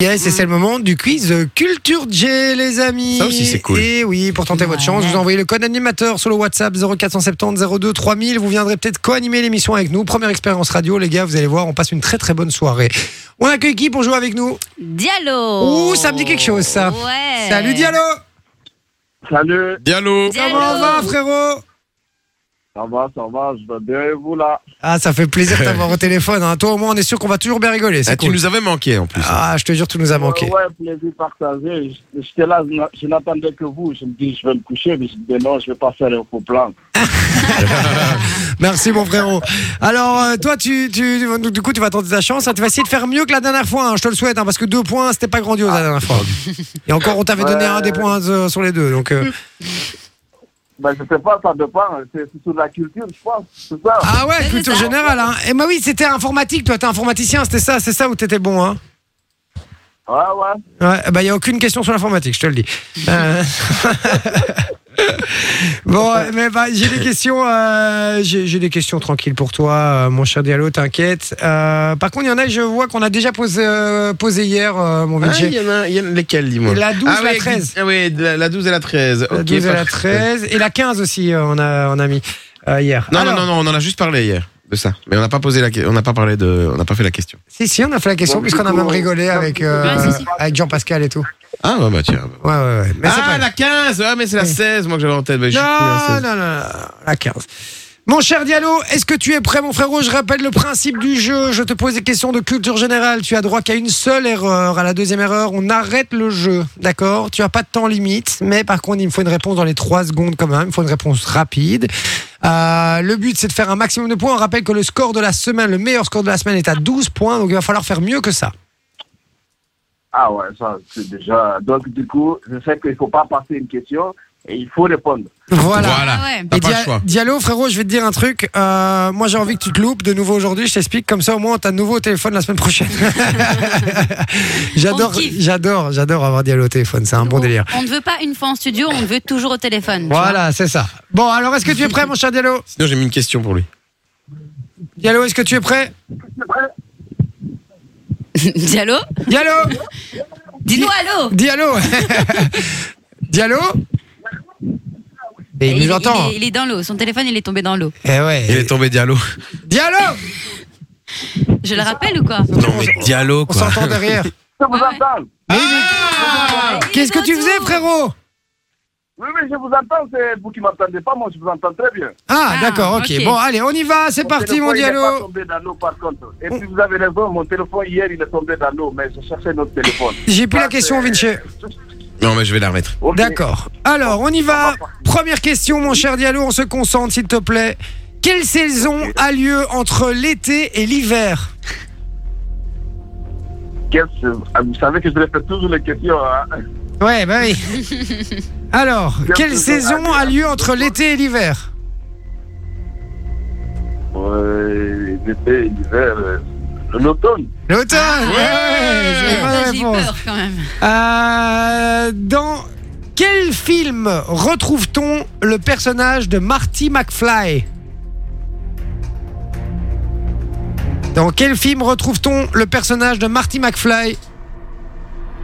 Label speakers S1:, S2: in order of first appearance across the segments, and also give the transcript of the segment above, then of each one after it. S1: Yes, et c'est le moment du quiz Culture G, les amis.
S2: Mm. Ça aussi, c'est cool.
S1: Et oui, pour tenter votre
S3: Ouais.
S1: chance, vous envoyez le code animateur sur le WhatsApp 0470 02 3000. Vous viendrez peut-être co-animer l'émission avec nous. Première expérience radio, les gars, vous allez voir, on passe une très très bonne soirée. On accueille qui pour jouer avec nous
S3: Diallo
S1: Ouh, ça me dit quelque chose, ça.
S2: Eh.
S3: Ouais
S1: Salut Diallo
S4: Salut,
S2: Diallo
S3: Diallo.
S1: Comment va, frérot
S4: ça va, ça va, je vais bien et vous là
S1: Ah, ça fait plaisir de t'avoir au téléphone. hein. Toi, au moins, on est sûr qu'on va toujours bien rigoler.
S2: Ah,
S1: C'est
S2: Tu
S1: cool.
S2: nous avais manqué en plus.
S1: Ah, je te jure, tout nous a manqué.
S4: Ouais, ouais, plaisir partagé. J- J'étais là, je n'a- je n'attendais que vous. Je me dis, je vais me coucher, mais je me dis, ben non, je vais pas faire un faux plan.
S1: Merci mon frérot. Alors euh, toi tu, tu donc, du coup tu vas tenter ta chance, hein. tu vas essayer de faire mieux que la dernière fois, hein. je te le souhaite, hein, parce que deux points c'était pas grandiose la dernière fois. Et encore on t'avait donné
S4: Ouais.
S1: un des points euh, sur les deux, donc euh.
S4: Ben, je sais pas, ça dépend. C'est c'est sur la culture, je pense. C'est ça.
S1: ah ouais
S3: c'est
S1: culture
S3: ça.
S1: générale. Hein. Et bah oui c'était informatique, toi t'es informaticien, c'était ça, c'est ça où t'étais bon hein.
S4: Ouais, ouais.
S1: Ouais, bah il y a aucune question sur l'informatique, je te le dis. Euh. bon, euh, mais bah, j'ai des questions, euh, j'ai j'ai des questions tranquilles pour toi, euh, mon cher Diallo, t'inquiète. Euh, par contre, il y en a, je vois qu'on a déjà posé, euh, posé hier, euh, mon
S2: Ah,
S1: budget.
S2: y en a, y en a lesquels, dis-moi
S1: La 12,
S2: ah,
S1: la
S2: ouais,
S1: 13.
S2: Ah, oui, la, la 12 et la 13.
S1: La
S2: ok,
S1: 12 et la
S2: parfait.
S1: 13 et la 15 aussi, euh, on, a, on a mis euh, hier.
S2: Non,
S1: Alors,
S2: non, non, non, on en a juste parlé hier de ça. Mais on n'a pas posé la que- on n'a pas parlé de, on n'a pas fait la question.
S1: Si, si, on a fait la question,
S4: Bon,
S1: puisqu'on a
S4: du coup,
S1: même rigolé
S4: euh,
S1: avec, euh,
S3: Ouais, si, si.
S1: avec Jean-Pascal et tout.
S2: Ah, ouais, bah tiens.
S1: Ouais, ouais, ouais. Mais c'est
S2: ah,
S1: pas-
S2: la 15, ah, mais c'est la
S1: Oui.
S2: 16, moi que j'avais en tête. mais j'ai pris la
S1: Non,
S2: 16.
S1: non, non, non, la 15. Mon cher Diallo, est-ce que tu es prêt, mon frérot Je rappelle le principe du jeu. Je te pose des questions de culture générale. Tu as droit qu'à une seule erreur. À la deuxième erreur, on arrête le jeu. D'accord Tu as pas de temps limite, mais par contre, il me faut une réponse dans les 3 secondes quand même. Il me faut une réponse rapide. Euh, le but, c'est de faire un maximum de points. On rappelle que le score de la semaine, le meilleur score de la semaine est à 12 points. Donc, il va falloir faire mieux que ça.
S4: Ah ouais, ça, c'est déjà. Donc, du coup, je sais qu'il faut pas passer une question et il faut répondre.
S1: Voilà.
S2: Voilà.
S3: Ah ouais.
S2: T'as
S1: Et
S2: pas
S1: Dia-
S2: le choix.
S1: Diallo, frérot, je vais te dire un truc. Euh, moi, j'ai envie que tu te loupes de nouveau aujourd'hui. Je t'explique. Comme ça, au moins, t'as de nouveau au téléphone la semaine prochaine. j'adore,
S3: On kiffe.
S1: j'adore, j'adore avoir Diallo au téléphone. C'est un bon
S3: On-
S1: délire.
S3: On ne veut pas une fois en studio, on le veut toujours au téléphone. tu vois.
S1: Voilà, c'est ça. Bon, alors, est-ce que tu es prêt, mon cher Diallo
S2: Sinon, j'ai mis une question pour lui.
S1: Diallo, est-ce que tu es prêt
S3: Diallo
S1: Diallo
S3: Dis-nous allô
S1: Diallo Diallo Et il nous entend.
S3: est- il est dans l'eau, son téléphone il est tombé dans l'eau.
S1: Eh ouais.
S2: Il est tombé Diallo.
S1: Diallo
S3: Je le rappelle ou quoi
S2: Non, mais Diallo,
S1: On
S2: quoi.
S1: s'entend derrière.
S4: Je vous
S3: Ouais.
S4: entends.
S2: Ah
S3: Il est
S1: Qu'est-ce que tu
S3: autour.
S1: faisais, frérot
S4: Oui, oui, je vous entends. C'est vous qui m'entendez pas. Moi, je vous entends très bien.
S1: ah,
S3: Ah,
S1: d'accord, ok.
S3: ok.
S1: Bon, allez, on y va, c'est parti, mon
S4: téléphone, il est pas
S1: Diallo.
S4: tombé dans l'eau, par contre. Et puis, vous avez raison, mon téléphone, hier, il est tombé dans l'eau, mais je cherchais notre téléphone.
S1: J'ai plus la
S4: Ah,
S1: question,
S4: c'est-
S1: Vinci.
S2: Non, mais je vais la remettre.
S4: Ok.
S1: D'accord. Alors, on y
S4: Ah,
S1: va. Première question, mon cher Diallo, on se concentre, s'il te plaît. Quelle saison a lieu entre l'été et l'hiver
S4: Qu'est-ce que- ah, Vous savez que je répète toujours les questions. hein.
S1: Ouais, bah oui. Alors, quelle saison a
S4: hein.
S1: lieu entre l'été et l'hiver
S4: Euh, L'été, l'hiver, euh, l'automne.
S1: L'automne Ouais, c'est une bonne
S3: Ah, J'ai eu
S1: réponse.
S3: peur quand même.
S1: Ah, Euh, dans quel film retrouve-t-on le personnage de Marty McFly Dans quel film retrouve-t-on le personnage de Marty McFly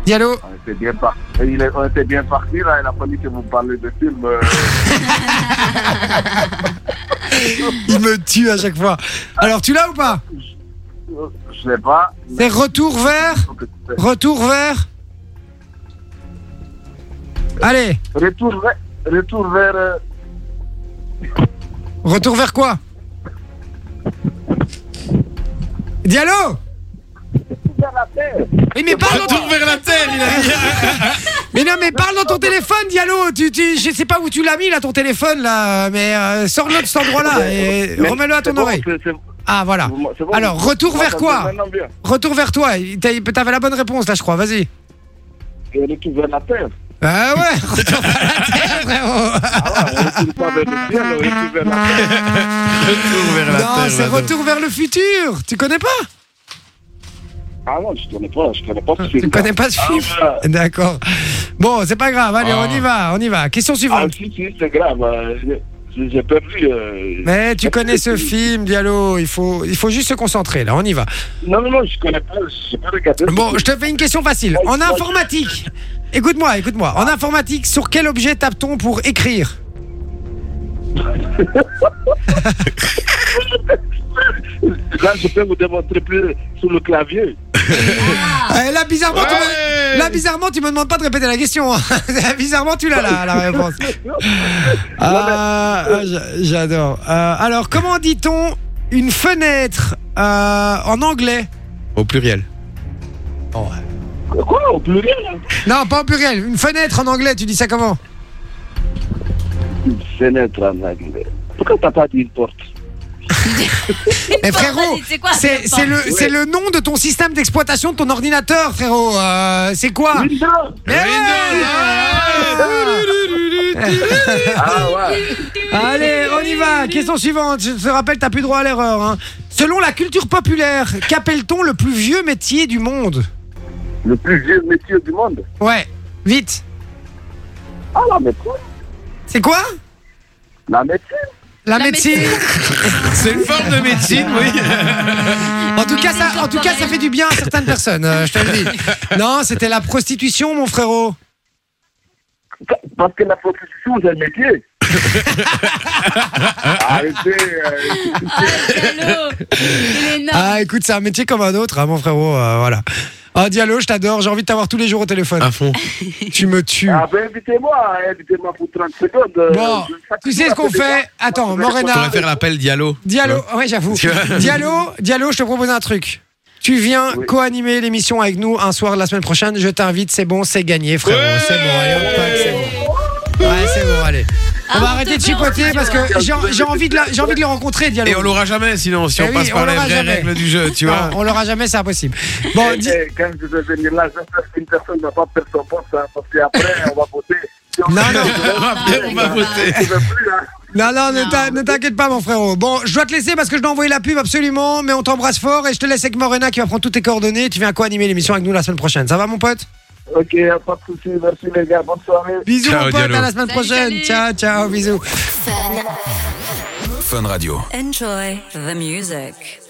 S1: Diallo
S4: On était bien parti. Il est- on était bien parti là. Il a pas dit que vous parlez de films. euh,
S1: Il me tue à chaque fois. Alors tu l'as ou pas
S4: euh, je sais pas.
S1: C'est retour vers Retour vers Allez,
S4: Retour vers. Retour vers. euh,
S1: retour vers quoi Diallo
S4: vers la terre.
S1: Oui, mais parle dans ton-
S2: Retourne vers la terre, il a dit.
S1: Mais non, mais parle dans ton téléphone, Diallo. Tu, tu, je sais pas où tu l'as mis, là, ton téléphone, là. Mais euh, sors-le de cet endroit-là et
S4: Mais
S1: remets-le à ton
S4: euh, c'est bon,
S1: oreille.
S4: c'est- c'est-
S1: Ah, voilà.
S4: c'est bon.
S1: Alors, retour
S4: Vous
S1: vers quoi
S4: m'entendez maintenant bien
S1: Retour vers toi. T'as- T'avais la bonne réponse, là, je crois. Vas-y.
S4: Et Retour vers la terre.
S1: Ah ouais, retour vers la terre, frérot.
S4: Ah ouais, retour pas vers le ciel, retour vers la terre.
S2: Retourne vers la terre.
S1: Non, c'est
S2: madame.
S1: retour vers le futur. Tu connais pas
S4: Ah non, je connais pas. Je connais pas ce
S1: Tu
S4: film.
S1: connais pas ce film
S4: Ah,
S1: D'accord. Bon, c'est pas grave. Allez,
S2: Ah.
S1: on y va, on y va. Question
S4: Ah
S1: suivante.
S4: si, si, c'est grave. euh, je je peux plus. euh,
S1: Mais tu connais ce film, Diallo. Il faut, il faut juste se concentrer. Là, on y va.
S4: Non, non, non, je connais pas, j'ai pas regardé.
S1: Bon, je te fais une question facile. En informatique, écoute-moi, écoute-moi. En informatique, sur quel objet tape-t-on pour écrire
S4: Là, je peux vous démontrer plus sur le clavier.
S1: Eh, Là, bizarrement, tu me...
S2: Ouais.
S1: Là, bizarrement, tu me demandes pas de répéter la question. hein. bizarrement, tu l'as là, la réponse. Ah, ah, j'a- j'adore. Euh, alors, comment dit-on une fenêtre euh, en anglais
S2: Au pluriel.
S4: Quoi, au pluriel hein? là
S1: Non, pas en pluriel. Une fenêtre en anglais, tu dis ça comment
S4: Une fenêtre en anglais. Pourquoi t'as pas dit une porte
S1: Mais
S3: porte,
S1: Eh, frérot,
S3: vas-y, c'est quoi,
S1: c'est
S3: une
S1: c'est le,
S4: porte
S1: c'est le nom de ton système d'exploitation de ton ordinateur, frérot. Euh, c'est quoi
S4: Windows
S1: Mais ouais
S4: Ah ouais
S1: Allez, on y va. Question suivante. Je te rappelle, t'as plus droit à l'erreur. hein. Selon la culture populaire, qu'appelle-t-on le plus vieux métier du monde
S4: Le plus vieux métier du monde.
S1: Ouais, vite.
S4: Ah, la médecine
S1: C'est quoi
S4: La médecine
S1: la,
S3: La
S1: médecine.
S2: C'est une forme de médecine, oui.
S1: En tout cas, ça, en tout cas, ça fait du bien à certaines personnes. euh, je te le dis. Non, c'était la prostitution, mon frérot.
S4: Parce que la prostitution, c'est un métier. Arrêtez. euh,
S3: Ah, Diallo Il est énorme.
S1: Ah, écoute, c'est un métier comme un autre, hein, mon frérot. euh, voilà. Ah, Diallo, je t'adore. J'ai envie de t'avoir tous les jours au téléphone.
S2: À fond.
S1: Tu me tues.
S4: Ah ben invitez-moi, hein, invitez-moi pour 30 secondes. euh,
S1: Bon, tu sais ce qu'on fait Attends,
S2: On
S1: Morena,
S2: va faire l'appel Diallo.
S1: Diallo,
S2: Hein.
S1: ouais, j'avoue.
S2: Tu vois
S1: Diallo, Diallo, je te propose un truc. Tu viens
S4: Oui.
S1: co-animer l'émission avec nous un soir de la semaine prochaine. Je t'invite, c'est bon, c'est gagné, frérot.
S2: Ouais.
S1: c'est bon, allez, on pack, c'est bon. Ouais, c'est bon, allez. On
S3: Ah,
S1: va
S3: on
S1: arrêter
S3: te
S1: de
S3: fait
S1: chipoter
S3: envie,
S1: parce que j'ai j'ai envie, de la- j'ai envie de le rencontrer, Diallo.
S2: Et on l'aura jamais sinon, si
S1: Eh
S2: on
S1: oui,
S2: passe
S1: on
S2: par les
S1: l'aura
S2: vraies
S1: jamais.
S2: règles du jeu, tu
S1: Non,
S2: vois.
S1: on l'aura jamais, c'est impossible. Bon, Di-
S4: Eh, Quand je vais venir là, j'espère qu'une personne ne va pas perdre son poste, hein, parce qu'après, on va voter. Si on-
S1: Non, non.
S2: Après, on va voter.
S4: Je veux plus, hein.
S1: non, non, ne
S3: Non.
S1: t'in- ne t'inquiète pas, mon frérot. Bon, je dois te laisser parce que je dois envoyer la pub absolument, mais on t'embrasse fort et je te laisse avec Morena qui va prendre toutes tes coordonnées. Tu viens co-animer l'émission avec nous la semaine prochaine. Ça va, mon pote
S4: Ok, pas de souci. Merci les gars. Bonne soirée.
S1: Bisous,
S2: Ciao,
S1: mon pote,
S2: Diallo.
S1: à la semaine
S3: Salut,
S1: prochaine.
S3: salut.
S1: Ciao, ciao, bisous.
S5: Fun Radio.
S6: Enjoy the music.